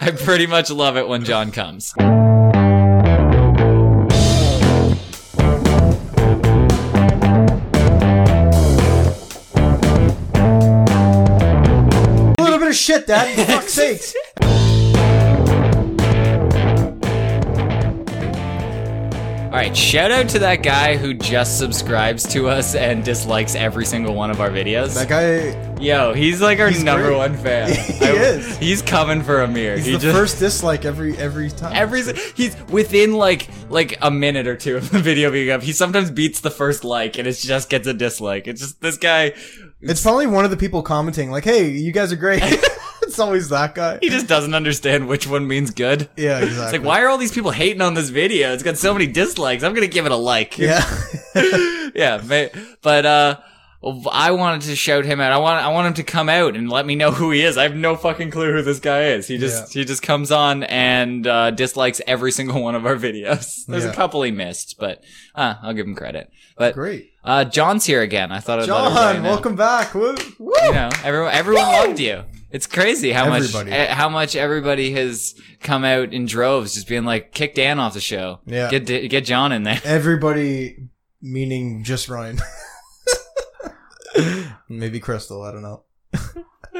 I pretty much love it when John comes. A little bit of shit, Dad. For fuck's sakes. All right, shout out to that guy who just subscribes to us and dislikes every single one of our videos. That guy, Yo, he's like our He's number great. one fan. He is. He's coming for a mirror. he's he the just- first dislike every every time. Every si- he's within like like a minute or two of the video being up. He sometimes beats the first like, and it just gets a dislike. It's just this guy. it's probably one of the people commenting like, "Hey, you guys are great." it's always that guy. He just doesn't understand which one means good. Yeah, It's exactly. like why are all these people hating on this video? It's got so many dislikes. I'm gonna give it a like. Yeah. yeah, ma- but uh, I wanted to shout him out. I want I want him to come out and let me know who he is. I have no fucking clue who this guy is. He just he just comes on and uh, dislikes every single one of our videos. There's Yeah. a couple he missed, but uh, I'll give him credit. But great. uh, John's here again. I thought I'd let him John, join in. welcome back. Woo. Woo. You know, everyone everyone loved you. It's crazy how Everybody. much eh, how much everybody has come out in droves, just being like, "Kick Dan off the show. Yeah. Get get John in there." Everybody, meaning just Ryan. Maybe Crystal. I don't know.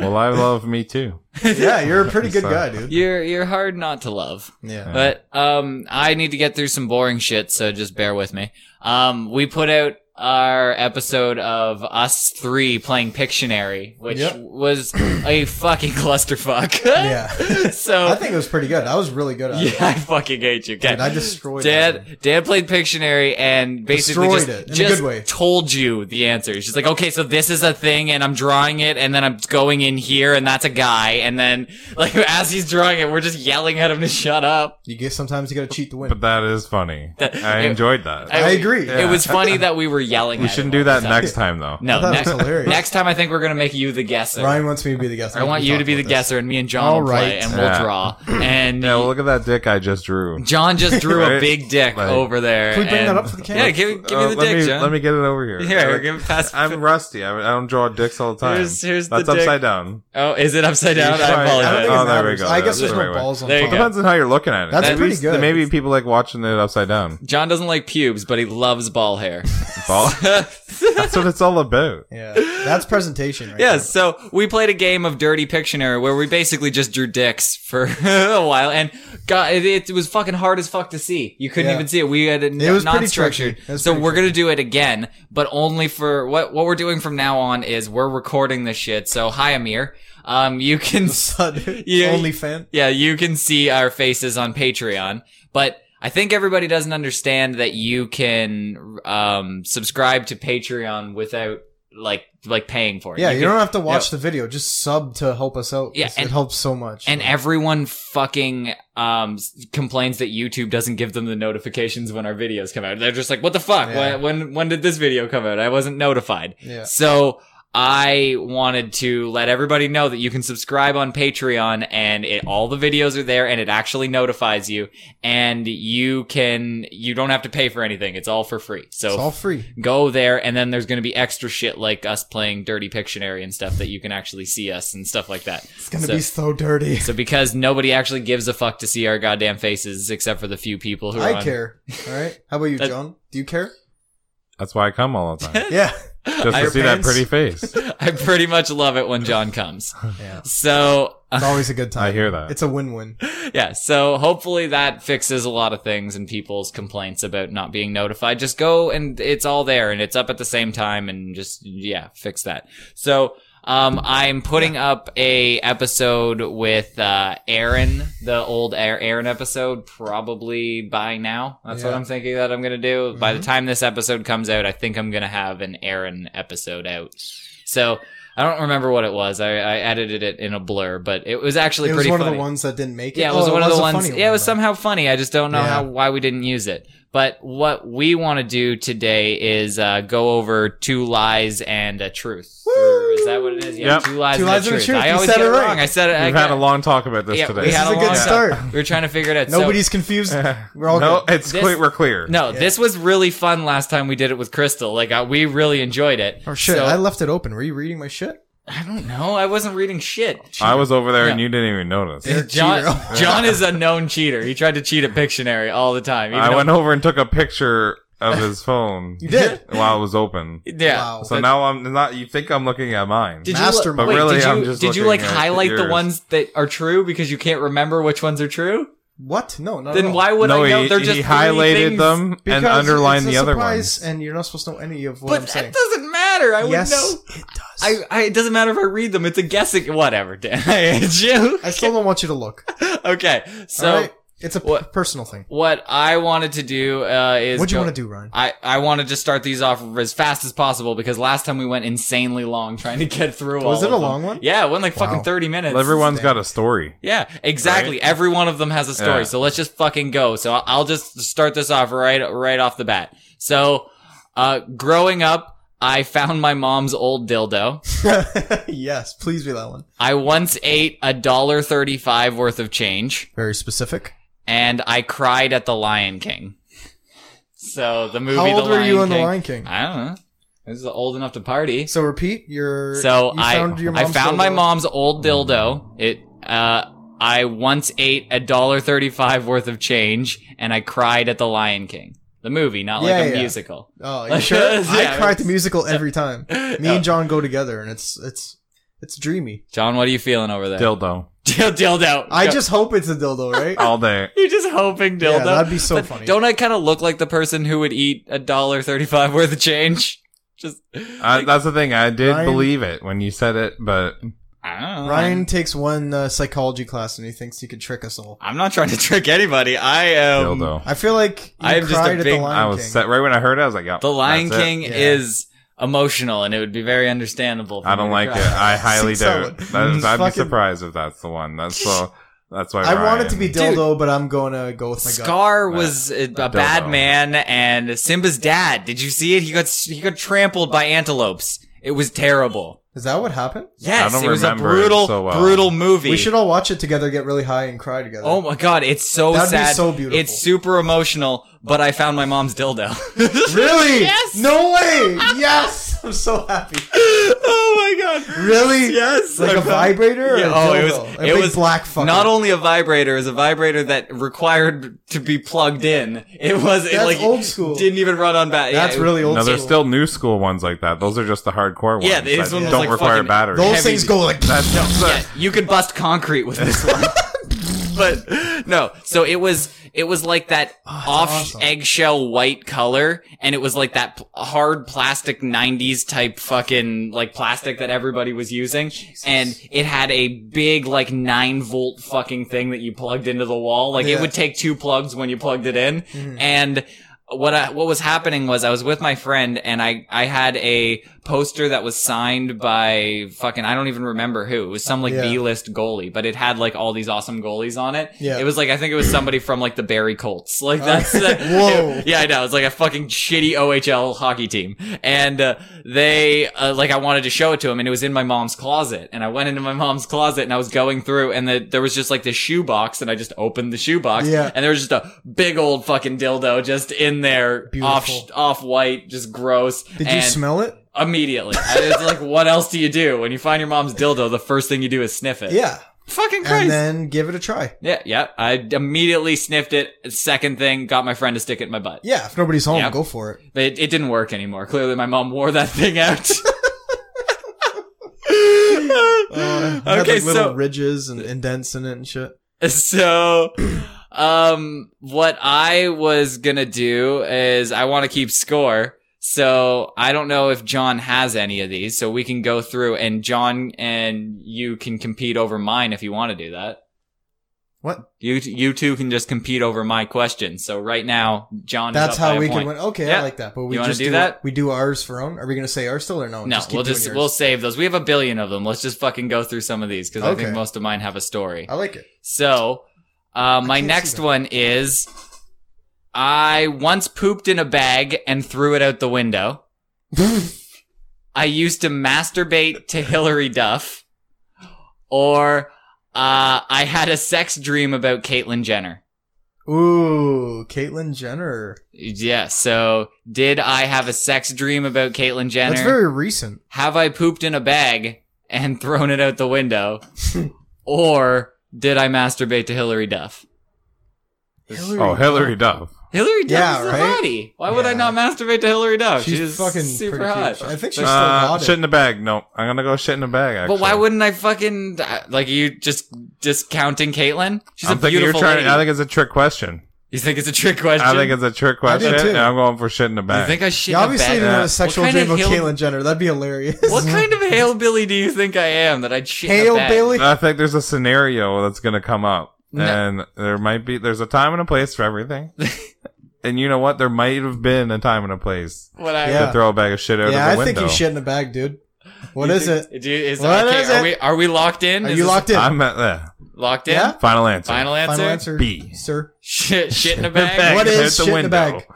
Well, I love me too. Yeah, you're a pretty good So- guy, dude. You're you're hard not to love. Yeah. But um, I need to get through some boring shit, so just bear with me. Um, we put out our episode of us three playing Pictionary, which Yep. was a fucking clusterfuck. Yeah. so I think it was pretty good. I was really good at yeah, it. I fucking hate you. Dude, I Okay. destroyed that one. Dad, Dad played Pictionary and basically Destroyed just, it, in a just good way. told you the answer. She's like, okay, so this is a thing, and I'm drawing it, and then I'm going in here, and that's a guy, and then like as he's drawing it, we're just yelling at him to shut up. You get sometimes you gotta cheat to win. But that is funny. I enjoyed that. I agree. It was funny that we were yelling. we at shouldn't him do all that the next time, though. time. No, That was next, hilarious. next time I think we're gonna make you the guesser. Ryan wants me to be the guest. I want you to be the guesser, and me and John All will play, right. and we'll Yeah. draw. And Yeah, well, look at that dick I just drew. John just drew a Right? big dick Like- over there. Can we bring and- that up for the camera? Yeah, give, give Uh, me the let dick, me, John. Let me get it over here. Here, Like, give it past- I'm rusty. I, I don't draw dicks all the time. Here's- here's the That's dick. upside down. oh, is it upside down? He's I trying- I don't think Oh, apologize. it there we matters. go. I guess That's there's the no right way. balls on There you top. go. Depends on how you're looking at it. That's maybe, pretty good. Maybe people like watching it upside down. John doesn't like pubes, but he loves ball hair. Ball- That's what it's all about. Yeah, that's presentation. Right Yes, so we played a game of Dirty Pictionary where we basically just drew dicks for a while, and God, it, it was fucking hard as fuck to see. You couldn't Yeah. even see it. We had it, It was pretty not structured, tricky. It was so pretty we're gonna do it again, but only for what what we're doing from now on is we're recording this shit. So hi, Amir. Um, you can s- now. Yeah. only fan. yeah, you can see our faces on Patreon, but I think everybody doesn't understand that you can um subscribe to Patreon without like like paying for it. Yeah, you, can- don't have to watch Yeah. the video. Just sub to help us out. Yeah, It's- and- it helps so much. And everyone fucking um s- complains that YouTube doesn't give them the notifications when our videos come out. They're just like, "What the fuck? Yeah. When, when when did this video come out? I wasn't notified." yeah, So I wanted to let everybody know that you can subscribe on Patreon and it, all the videos are there and it actually notifies you and you can you don't have to pay for anything. It's all for free. So it's all free. go there and then there's going to be extra shit like us playing Dirty Pictionary and stuff that you can actually see us and stuff like that. It's gonna So- be so dirty. so because nobody actually gives a fuck to see our goddamn faces, except for the few people who are I on- care. All right. How about you, That- John? Do you care? That's why I come all the time. Yeah. Just Your to see pants? that pretty face. I pretty much love it when John comes. Yeah. So It's always a good time. I hear that. It's a win-win. yeah, so hopefully that fixes a lot of things and people's complaints about not being notified. Just go and it's all there and it's up at the same time and just yeah, fix that. So um, I'm putting up a episode with uh, Aaron, the old Aar- Aaron episode, probably by now. That's what Yeah. Mm-hmm. I'm thinking that I'm gonna do. By the time this episode comes out, I think I'm gonna have an Aaron episode out. So I don't remember what it was. I, I edited it in a blur, but it was actually It was pretty one funny. of the ones that didn't make it. Yeah, it was Oh, one of the a ones. funny yeah, it one, was though. somehow funny. I just don't know Yeah. how why we didn't use it. But what we want to do today is uh, go over two lies and a truth. Or is that what it is? Yeah, Yep. two lies, Two and, a lies and a truth. truth. I You always said get it it right. wrong. I said it. I We've get- had a long talk about this yeah, today. we had This is a a good long start. We were trying to figure it out. So- Nobody's confused. We're all no, good. it's This- clear. We're clear. no, this was really fun last time uh, we did it with Crystal. Like I, we really enjoyed it. Oh shit! So- I left it open. Were you reading my shit? I don't know. I wasn't reading shit. I was over there and Yeah. you didn't even notice. You're a John, cheater. John is a known cheater. He tried to cheat at Pictionary all the time. even I though- went over and took a picture of his phone You did. while it was open. Yeah. Wow. So now I'm not. You think I'm looking at mine? Did you, Mastermind. wait, But really, did you, I'm just did you like looking at highlight the yours. ones that are true because you can't remember which ones are true? What? No, not at Then all. why would no, I know? he, They're he just three highlighted things. them Because and underlined it's the a other surprise, ones. and you're not supposed to know any of what But I'm that saying. doesn't matter. I yes, would know. it does. I, I it doesn't matter if I read them. It's a guessing. Whatever, Dan. I hate you. I still don't want you to look. Okay, so all right? It's a p- what- personal thing. what I wanted to do uh, is What do you go- want to do, Ryan? I, I wanted to start these off as fast as possible because last time we went insanely long trying to get through. all Was it of a them. long one? Yeah, it went like Wow. fucking thirty minutes. Well, Everyone's got a story. Yeah, exactly. Every one of them has a story. Yeah. So let's just fucking go. So I'll- I'll just start this off right right off the bat. So, uh, growing up, I found my mom's old dildo. yes, please be that one. I once ate a dollar thirty-five worth of change, Very specific. and I cried at the Lion King. So the movie. How old the were Lion you in King, The Lion King? I don't know. I was old enough to party. So repeat your. So you I found your I mom's found my dildo. mom's old dildo. It uh I once ate a dollar thirty five worth of change and I cried at the Lion King. The movie, not Yeah, like a yeah. musical. Oh, you sure? Yeah, I cry at the it's- musical every time. Me Oh. and John go together, and it's it's it's dreamy. John, what are you feeling over there? Dildo Dil- dildo. I Go- just hope it's a dildo, right? all day. You're just hoping Oh, dildo. Yeah, that'd be so But funny. Don't I kind of look like the person who would eat a dollar thirty five worth of change? Just I, that's the thing. I did Ryan- believe it when you said it, but Um, I don't know. Ryan Um, takes one uh, psychology class, and he thinks he could trick us all. I'm not trying to trick anybody. I am dildo. I feel like you I am just a cried at big- the Lion I was King. set right when I heard it. I was like, "Yeah, The Lion that's it. King Yeah. is emotional, and it would be very understandable. for I me don't to like it. cry. Oh I highly Six out. doubt. mm, That, I'd be Fucking- surprised if that's the one. That's so. That's why I want it to be Ryan- dildo, but I'm going to go with my gut. Scar was a, a Don't bad know. man, and Simba's dad. Did you see it? He got s- he got trampled by antelopes. It was terrible. Is that what happened? Yes, don't it was a remember it brutal, so well. brutal movie. We should all watch it together, get really high, and cry together. oh my god, it's so That'd be sad. so beautiful. It's super emotional. But I found my mom's dildo. really? Yes. No way! yes! I'm so happy. oh my god. Really? Yes. Like I a found- vibrator? Or Yeah, a oh, it dildo? was. A it big was black fucking. Not only a vibrator, it was a vibrator that required to be plugged in. It was it, That's like old school. Didn't even run on bat. That's yeah, it- really old. No, there's school. still new school ones like that. Those are just the hardcore ones. Yeah, this that one was don't like require fucking- batteries. Those heavy- things go like. That's, that's, Yeah, you could bust concrete with this one. but no, so it was it was like that off Oh, awesome. eggshell white color, and it was like that pl- hard plastic '90s type fucking like plastic that everybody was using, and it had a big like nine volt fucking thing that you plugged into the wall. Like it Yeah. Mm-hmm. would take two plugs when you plugged it in, and. What I, what was happening was I was with my friend and I, I had a poster that was signed by fucking, I don't even remember who. It was some like Yeah. B list goalie, but it had like all these awesome goalies on it. Yeah. Oh. It was like, I think it was somebody from like the Barry Colts. Like that's, the, Whoa. yeah, I know. It's like a fucking shitty OHL hockey team. And uh, they, uh, like, I wanted to show it to him, and it was in my mom's closet. And I went into my mom's closet, and I was going through, and the, there was just like this shoe box, and I just opened the shoe box, Yeah. and there was just a big old fucking dildo just in there, off Beautiful. off white, just gross. Did you and smell it? immediately? I was like, what else do you do when you find your mom's dildo? The first thing you do is sniff it. Yeah. fucking crazy. And then give it a try. yeah, yeah. I immediately sniffed it. Second thing, got my friend to stick it in my butt. Yeah, if nobody's home, Yeah. go for it. But it, it didn't work anymore. Clearly, my mom wore that thing out. Uh, it had, okay, like, little so ridges and indents in it and shit. so um, what I was gonna do is I want to keep score. So I don't know if John has any of these, so we can go through and John and you can compete over mine if you want to do that. What? You you two can just compete over my questions. So right now, John. is That's up by how a we point. can win. Okay, Yeah. I like that. But we You wanna just do that? We do ours for own. Are we gonna say ours still or no? No, Oh, keep we'll doing just yours. we'll save those. We have a billion of them. Let's just fucking go through some of these because I Okay. think most of mine have a story. I like it. So, uh, my can't see next that. one is I once pooped in a bag and threw it out the window. I used to masturbate to Hillary Duff, or uh, I had a sex dream about Caitlyn Jenner. Ooh, Caitlyn Jenner. Yeah. So, did I have a sex dream about Caitlyn Jenner? That's very recent. Have I pooped in a bag and thrown it out the window, or did I masturbate to Hillary Duff? Hillary Oh, Hillary Duff. Hillary Duff Yeah, is a right? hottie. Why would I Yeah. not masturbate to Hillary Oh, Duff? She's Oh, She's, fucking fucking super pretty hot. cute. I think she's still Uh, got shit it. in the bag. No, I'm gonna go shit in the bag. Actually. But why wouldn't I fucking uh, like you just discounting Caitlyn? She's I'm a thinking you're beautiful trying. lady. I think it's a trick question. you think it's a trick question? I think it's a trick question. too. and I'm going for shit in the you bag. think I shit You in a obviously bag? didn't have What a sexual kind of dream hill- of Caitlyn Jenner. That'd be hilarious. What kind of hillbilly do you think I am that I'd shit in Hail a bag? Bailey. I think there's a scenario that's gonna come up, No. and there might be. There's a time and a place for everything. and you know what? There might have been a time and a place What I Yeah. to throw a bag of shit out yeah, of I the think window. you shit in a bag, dude. What You is think- it? Do you, is, What okay, is are it? we are we locked in? Are Is you this locked in? I'm at the locked in? Yeah? final answer. Final answer. Final answer. B. Sir. Shit, shit in a The bag. What is is out shit in the bag? window.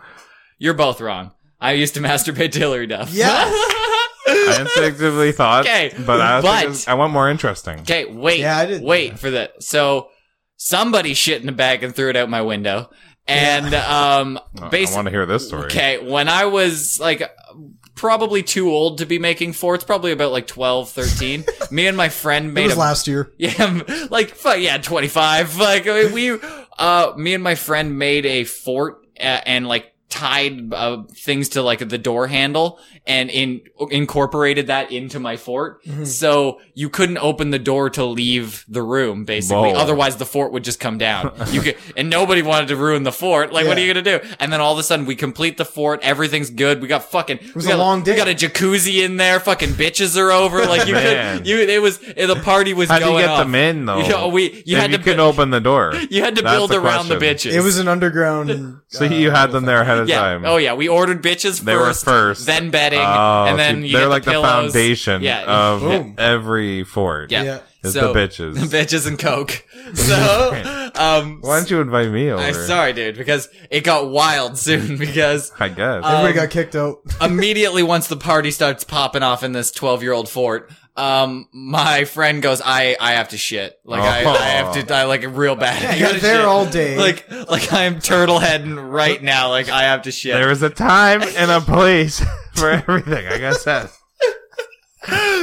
You're both wrong. I used to masturbate to Hillary Duff. I instinctively thought, Okay, but I, but- think it's- I want more interesting. Okay, wait. Yeah, I did- Wait for the so somebody shit in a bag and threw it out my window. And um I- I want basically to hear this story. Okay, when I was like probably too old to be making forts, probably about like 12, 13, me and my friend It made was a last year. yeah, like fuck yeah, 25. Like I mean, we uh me and my friend made a fort uh, and like tied uh, things to like the door handle and in incorporated that into my fort. Mm-hmm. So you couldn't open the door to leave the room basically. Whoa. Otherwise the fort would just come down. You could and nobody wanted to ruin the fort. Like what are Yeah. you going to do? And then all of a sudden we complete the fort, everything's good. We got fucking it was we a got, long day. We got a jacuzzi in there, fucking bitches are over like you Man. could you it was the party was How do going you get off. them in though? You know, we you If had to you bu- couldn't open the door. you had to That's build the around the question. bitches. It was an underground. So uh, you had them there ahead of yeah. time. Oh yeah, we ordered bitches They were first, first. then bedding, Oh, and then see, you they're get like the, pillows. foundation Yeah, of Boom. every fort. yeah. Yeah. is So- the bitches. the bitches and coke. So, um, Why don't you invite me over? I'm sorry, dude, because it got wild soon. Because I guess. Uh, Everybody Um, got kicked out. immediately once the party starts popping off in this 12 year old fort, um, my friend goes, I, I have to shit. Like, I, Oh. I have to, I like real bad. I you're gotta there shit. all day. Like, like I'm turtle heading right now. Like, I have to shit. there was a time and a place for everything. I guess that.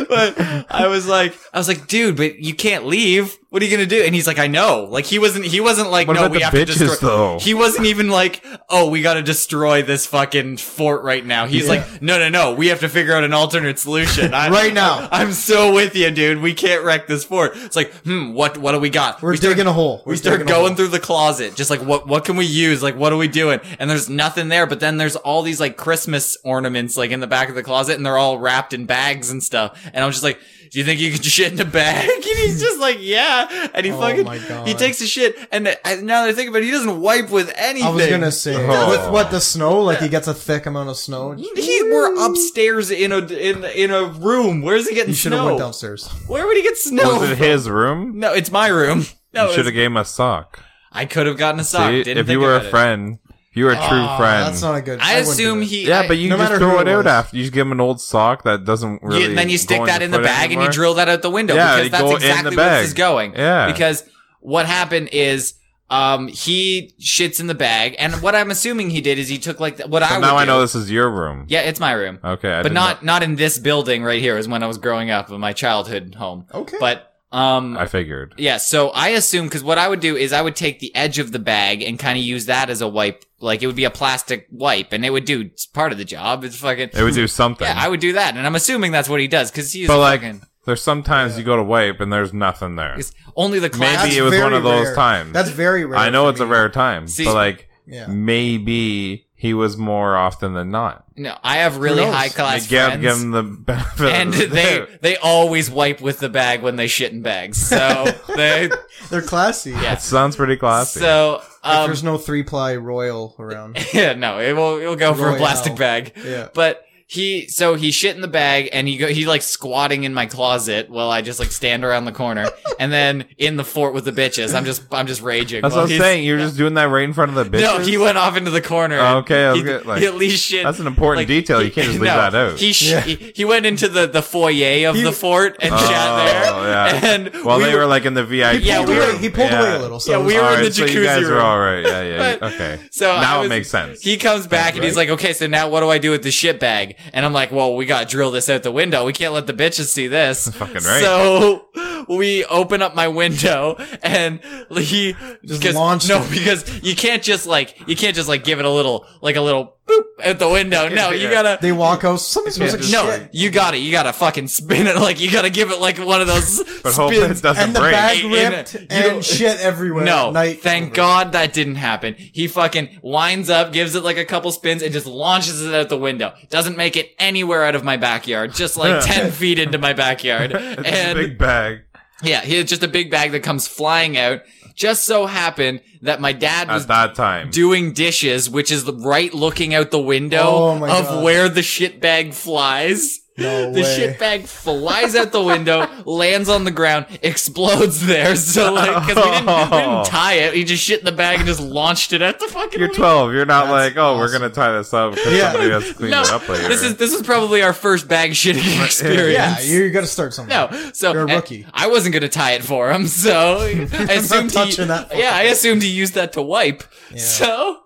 but I was like, I was like, dude, but you can't leave. What are you gonna do? And he's like, I know. Like he wasn't. He wasn't like, What no, about we the have to bitches destroy. though? He wasn't even like, oh, we gotta destroy this fucking fort right now. He's Yeah. like, no, no, no, we have to figure out an alternate solution I- Right now. I'm so with you, dude. We can't wreck this fort. It's like, hmm, what, what do we got? We're we start- digging a hole. we We're start digging a going hole. through the closet, just like what what can we use? Like what are we doing? And there's nothing there, but then there's all these like Christmas ornaments like in the back of the closet, and they're all wrapped in bags and stuff. And I'm just like, do you think you could shit in a bag? And he's just like, yeah. And he Oh fucking my God. he takes a shit, and I, now that I think about it, he doesn't wipe with anything. I was gonna say Oh. with what the snow, like he gets a thick amount of snow. He, we're upstairs in a in in a room. Where's he getting You should have went snow? downstairs. Where would he get snow? Was Oh, it his room? no, it's my room. No, you should it's- have gave him a sock. I could have gotten a sock. See, Didn't if you think were a about it. friend, if you were a true Oh, friend. That's not a good. I, wouldn't do assume that. he. yeah, I- but you no just matter throw who it it out was. after. You just give him an old sock that doesn't really. You- and then you stick go that your in the foot bag anymore. and you drill that out the window Yeah, because you that's go in exactly the where bag. this is going. Yeah. Because what happened is um he shits in the bag and what I'm assuming he did is he took like the, what I So would now I do- know this is your room. Yeah, it's my room. Okay. I but didn't not not in this building right here is when I was growing up in my childhood home. Okay. But um know. I figured. yeah, so I assume because what I would do is I would take the edge of the bag and kind of use that as a wipe, like it would be a plastic wipe, and it would do it's part of the job. It's fucking It would do something. yeah, I would do that, and I'm assuming that's what he does because he's But like, fucking. there's sometimes you go to wipe and there's nothing there. It's only the class. Maybe That's it was very one of those rare. times. That's very rare. I know for it's a me. rare time, See- but like Yeah. maybe he was more often than not. no, I have really knows? high class Like, give, friends, give him the benefit. of and the they doubt. they always wipe with the bag when they shit in bags. So they They're classy. Yeah. It sounds pretty classy. so If um there's no three ply royal around. yeah no it will it'll go for a Royale. plastic bag. Yeah. But he so he shit in the bag and he go he like squatting in my closet while I just like stand around the corner and then in the fort with the bitches. I'm just I'm just raging. that's while what I'm he's- saying. You're just doing that right in front of the bitches. No, he went off into the corner. Oh, okay, I was he, gonna- like, he at least shit. that's an important detail. You can't just leave that out. He, sh- Yeah. he he went into the the foyer of He- the fort and Oh, shat there. yeah. And well, we they were, like in the VIP. Yeah, pulled we away- were- he pulled yeah. away a little. So Yeah, it was we were all in All right. the so you guys jacuzzi are room. all right. Yeah, yeah. But- okay. So I now was- it makes sense. He comes back and he's like, "Okay, so now what do I do with the shit bag?" And I'm like, well, we got to drill this out the window. We can't let the bitches see this. Fucking right. So we open up my window and he Just because- launched No, it. because you can't just like, you can't just like give it a little, like a little boop at the window. No, you Yeah. gotta, They walk out. Something smells like just- no, shit. you gotta, you gotta fucking spin it. Like you gotta give it like one of those But hopefully spins. it doesn't And the break. bag In- in- ripped you don't- and shit everywhere. No, at night. thank God that didn't happen. He fucking winds up, gives it like a couple spins, and just launches it out the window. Doesn't make it anywhere out of my backyard, just like 10 feet into my backyard. It's and a big bag. yeah, he had just a big bag that comes flying out. Just so happened that my dad was At that time. doing dishes, which is the- right looking out the window Oh of my God. where the shit bag flies. No The way. shit bag flies out the window, lands on the ground, explodes there. So like, cause we didn't, we Oh. didn't tie it. He just shit in the bag and just launched it at the fucking. You're window. 12. You're not That's like, oh, we're awesome. gonna tie this up because Yeah. somebody has to clean No, it up later. this is this is probably our first bag shitting experience. Yeah, you got to start something. No, so You're a and rookie. I wasn't gonna tie it for him, so I assumed he, touching that fucking yeah, I assumed he used that to wipe. So,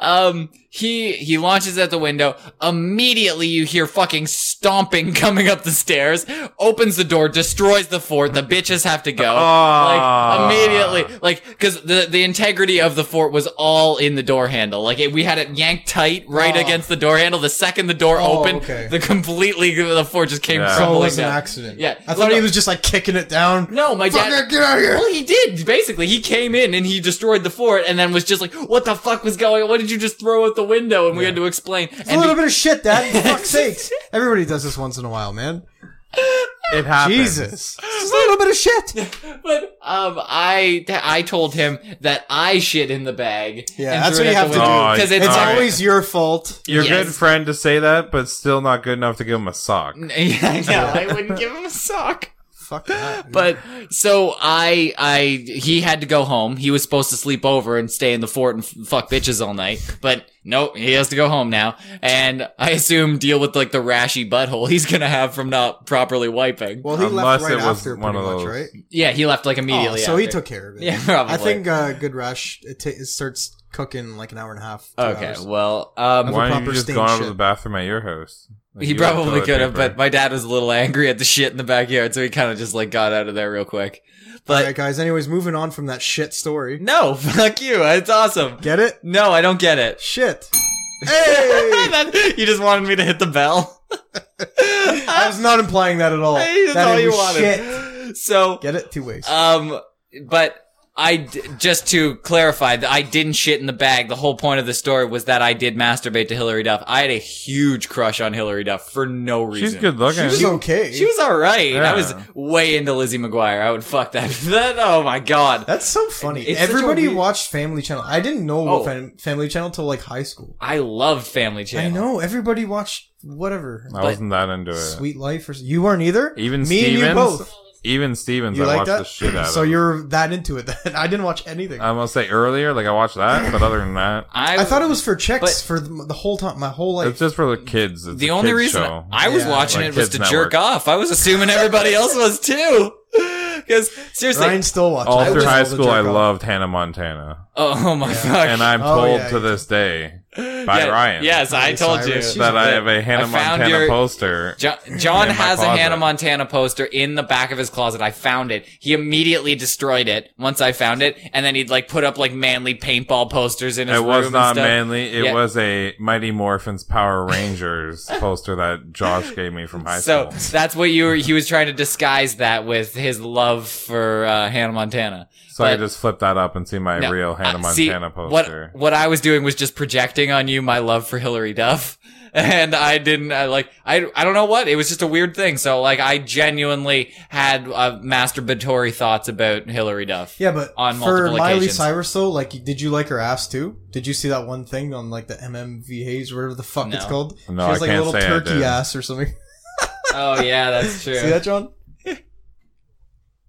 um, he he launches at the window. Immediately, you hear fucking stomping coming up the stairs. Opens the door, destroys the fort. The bitches have to go. Ah. Like immediately, like because the the integrity of the fort was all in the door handle. Like it, we had it yanked tight right Ah. against the door handle. The second the door Oh, opened, okay. the completely the fort just came Yeah. So it crumbling was an down. accident. Yeah. I thought he Look- was just like kicking it down. No, my Fuck dad. it, get out of here. Well, he did basically. He came in and he destroyed the fort, and then was just like, "What the fuck was going? What did you just throw out the window?" And we had to explain. It's a And little be- bit of shit, Dad. For fuck's sakes. Everybody does this once in a while, man. it happens. Jesus. It's just a little bit of shit. but um, I I told him that I shit in the bag. Yeah, that's what you have to do. because it's It's All right. always. always your fault. You're a Yes. good friend to say that, but still not good enough to give him a sock. Yeah, I know. I wouldn't give him a sock. Fuck that. But so I, I, he had to go home. He was supposed to sleep over and stay in the fort and f- fuck bitches all night. But nope, he has to go home now. And I assume deal with like the rashy butthole he's gonna have from not properly wiping. well, he Unless left right it was after one pretty of much, those. right? Yeah, he left like immediately. Oh, so he after. took care of it. Yeah, probably. I think uh, Good Rush it, ta it starts cooking like an hour and a half. two Okay, hours. well, um, Why a don't you proper just stink gone to shit. the bathroom at your house? Like, he you have probably toilet could have, paper. but my dad was a little angry at the shit in the backyard, so he kind of just like got out of there real quick. All But right, guys. Anyways, moving on from that shit story. no, fuck you. It's awesome. Get it? No, I don't get it. Shit. Hey! That- you just wanted me to hit the bell. I was not implying that at all. That's That all it you was wanted. Shit. So, Get it? Two ways. Uh, um, but I d- just to clarify, th- I didn't shit in the bag. The whole point of the story was that I did masturbate to Hillary Duff. I had a huge crush on Hillary Duff for no reason. she's good looking. She's okay. She was all right. I was Yeah. way into Lizzie McGuire. I would fuck that. that oh my god. That's so funny. It's such a Everybody weird- watched Family Channel. I didn't know Oh. what fam- Family Channel till like high school. I love Family Channel. I know everybody watched whatever I wasn't that into it. Sweet Life or s- you weren't either. Even me Stevens. and you both. Even Stevens, You I like watched that? the shit out so of. you're that into it. Then I didn't watch anything. I must say earlier, like I watched that, but other than that, I, I thought it was for but- checks for the, the whole time, my whole life. it's just for the kids. It's the a only kids reason show. I was Yeah. watching Like it was Kids to Network. jerk off. I was assuming everybody else was too. Because seriously, Ryan still watches. all it. through Just high the school, I jerk off. loved Hannah Montana, oh, oh my fuck. and I'm Oh, told yeah, to you this day by Yeah, Ryan Yes, I Miley told Cyrus, you she's- that I have a Hannah I found Montana your- poster. Jo- John in my has a closet. Hannah Montana poster in the back of his closet. I found it. He immediately destroyed it once I found it, and then he'd like put up like manly paintball posters in his It room. was and not stuff. manly. It Yeah. was a Mighty Morphin's Power Rangers poster that Josh gave me from high So school. that's what you were. He was trying to disguise that with his love for uh, Hannah Montana. So I but- just flip that up and see my No, real Hannah uh, see, Montana poster. What what I was doing was just projecting on you my love for Hillary Duff, and I didn't. I like I I don't know what it was just a weird thing. So like I genuinely had uh, masturbatory thoughts about Hillary Duff. Yeah, but on for multiple Miley occasions. Cyrus though, like, did you like her ass too? Did you see that one thing on like the MMV Hayes, whatever the fuck it's No. called? No, she I has like can't a little say I did. turkey ass or something. Oh yeah, that's true. See that, John?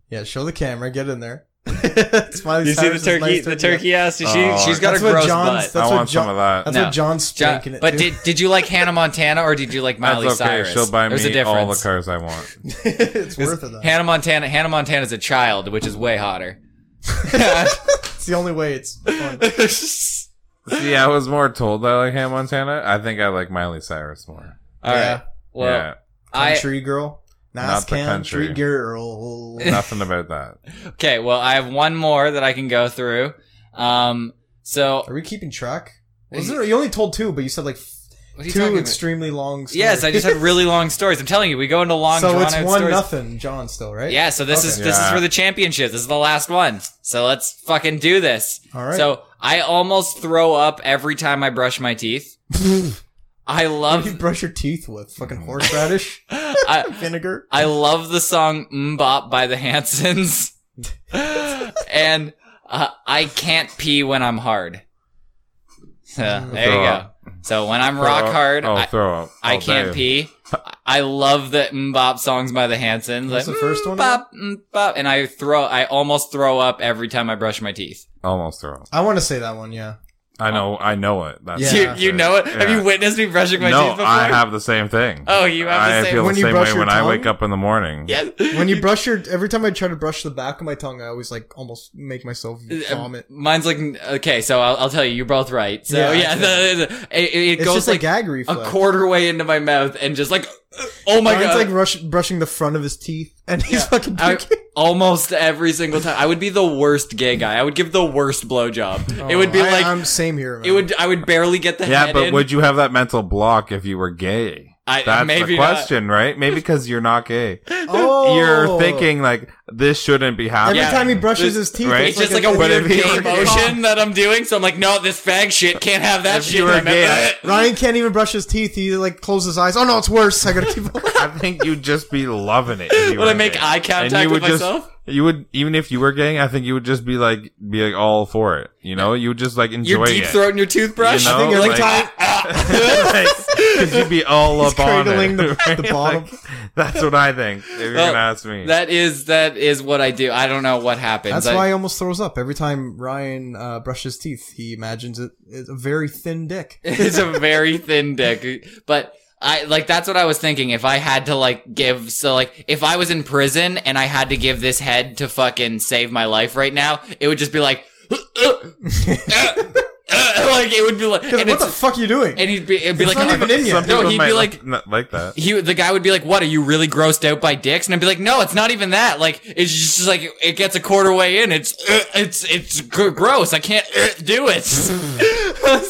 yeah, show the camera. Get in there. it's Miley You see the Cyrus' turkey, nice the turkey ass. She, Oh, she's got That's a what gross John's- butt. that's I what want John- some of that. That's No. what John's John- spanking it. but to. did did you like Hannah Montana or did you like Miley That's okay. Cyrus? She'll buy There's a me all the difference. cars I want. it's worth it. Though. Hannah Montana. Hannah Montana's a child, which is way hotter. It's the only way. It's fun. See, I was more told that I like Hannah Montana. I think I like Miley Cyrus more. All right. Yeah. Well, yeah, I Country girl. Not Nice the country. country. girl. nothing about that. okay. Well, I have one more that I can go through. Um. So Are we keeping track? Was there, you only told two, but you said like f- what are you two talking extremely long about? stories. Yes, I just had really long stories. I'm telling you, we go into long, so drawn it's out one stories. nothing, John. Still right? Yeah, so this Okay. is this is Yeah. for the championship. This is the last one. So let's fucking do this. All right. So I almost throw up every time I brush my teeth. I What do you love brush your teeth with? Fucking horseradish I, vinegar. I love the song "Mbop" by the Hansons, and uh, I can't pee when I'm hard. So, there you Throw go. up. So when I'm rock Throw up. hard, Oh, I, throw up. I Oh, can't damn. pee. I love the mbop songs by the Hansons. What's like, the first one "Mbop, mbop," and I throw, I almost throw up every time I brush my teeth. Almost throw up. I want to say that one. Yeah. I know. I know it. That's Yeah. You, you know it? Have Yeah. you witnessed me brushing my no, teeth before? I have the same thing. Oh, you have the I same- feel When the you same brush way your when I tongue? wake up in the morning. Yes. When you brush your, every time I try to brush the back of my tongue, I always like almost make myself Uh, um, vomit. Mine's like okay, so I'll, I'll tell you, you're both right. So yeah, Yeah, the- the- the- it, it It's goes just a like gag a, reflex. quarter way into my mouth and just like, oh my John's god, like rush, brushing the front of his teeth, and he's Yeah. fucking I- puking. almost every single time. I would be the worst gay guy. I would give the worst blowjob. it would be Oh, I- like I'm same here. Man. it would. I would barely get the Yeah, head but in. would you have that mental block if you were gay? I- That's maybe the not. question, right? Maybe because you're not gay. Oh, You're thinking like this shouldn't be every happening. time he brushes This- his teeth, right? It's just like, But a weird if you gay were gay- motion that I'm doing. So I'm like, no, this fag shit can't have that If shit. you were I'm gay, like, "Ugh." Ryan can't even brush his teeth. He like closes his eyes. Oh no, it's worse. I gotta keep. I think you'd just be loving it. if you Would were I make gay. eye And contact you with would just- myself? You would even if you were gay. I think you would just be like be like all for it. You know, you would just like enjoy You're deep it. throating your toothbrush. "Ah." You know, I think every like- time because you'd be all He's up on cradling it. the- the bottom. Like, that's what I think. If you're Well, gonna ask me, Oh, that is that is what I do. I don't know what happens. That's I- why he almost throws up every time Ryan uh, brushes teeth. He imagines it it's a very thin dick. it's a very thin dick. But I like that's what I was thinking. If I had to like give so like if I was in prison and I had to give this head to fucking save my life right now, it would just be like uh, uh, uh, uh, like it would be like 'Cause and what the it's, fuck are you doing? and he'd be it'd be It's like not even in Some yet. No, people he'd might be like like- not like that. he the guy would be like, "What are you really grossed out by dicks?" And I'd be like, "No, it's not even that. Like it's just like it gets a quarter way in. It's uh, it's it's gr- gross. I can't uh, do it."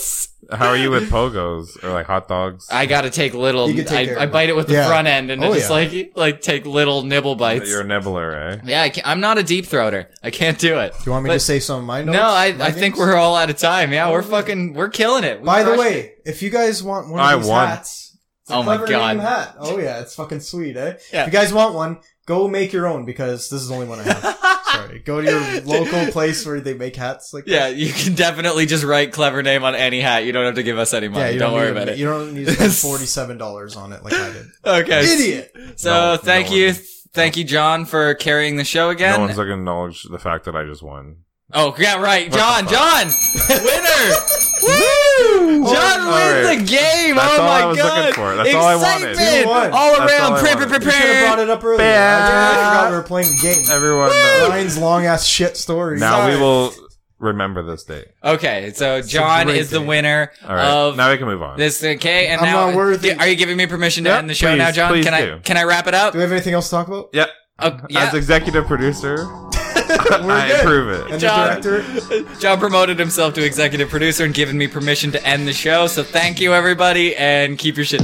How are you with pogos or like hot dogs? I gotta take little. You can take care I, I of it. bite it with the Yeah. front end and I Oh, just yeah. like like take little nibble bites. You're a nibbler, eh? yeah, I can't, I'm not a deep throater. I can't do it. Do you want me to say some of my notes? No, I, My I think names? we're all out of time. Yeah, we're fucking we're killing it. We By the crushed way, it. if you guys want one of I these won. hats, it's a Oh my clever name God. hat. Oh yeah, it's fucking sweet, eh? Yeah. If you guys want one, go make your own because this is the only one I have. Sorry, go to your local place where they make hats like yeah, This. you can definitely just write clever name on any hat. You don't have to give us any money. Yeah, you don't, need worry to- about it. You don't need to spend forty-seven dollars on it like I did. Okay, Idiot. So No, thank no you, one- Th- thank you, John, for carrying the show No again. one's gonna acknowledge the fact that I just won. oh yeah, right, John, fuck? John, winner. Woo! John all wins right. the game. That's oh all my I was god! looking for. That's all I wanted. Excitement You all won. That's all around. I Pre- wanted. pre- You should have brought prepare. it up earlier. I Bad. totally forgot we were playing the game. Everyone knows. Ryan's long ass shit story. Now we will remember this day. Okay, so John great is the day. winner All right. of now we can move on. this. Okay, and I'm now uh, not worthy. are you giving me permission to Yep, end the show please, now, John? please can I do. can I wrap it up? Do we have anything else to talk about? yep. Oh, yeah. As executive producer, I good. approve And it. John. the director? John promoted himself to executive producer and given me permission to end the show. So thank you, everybody, and keep your shit.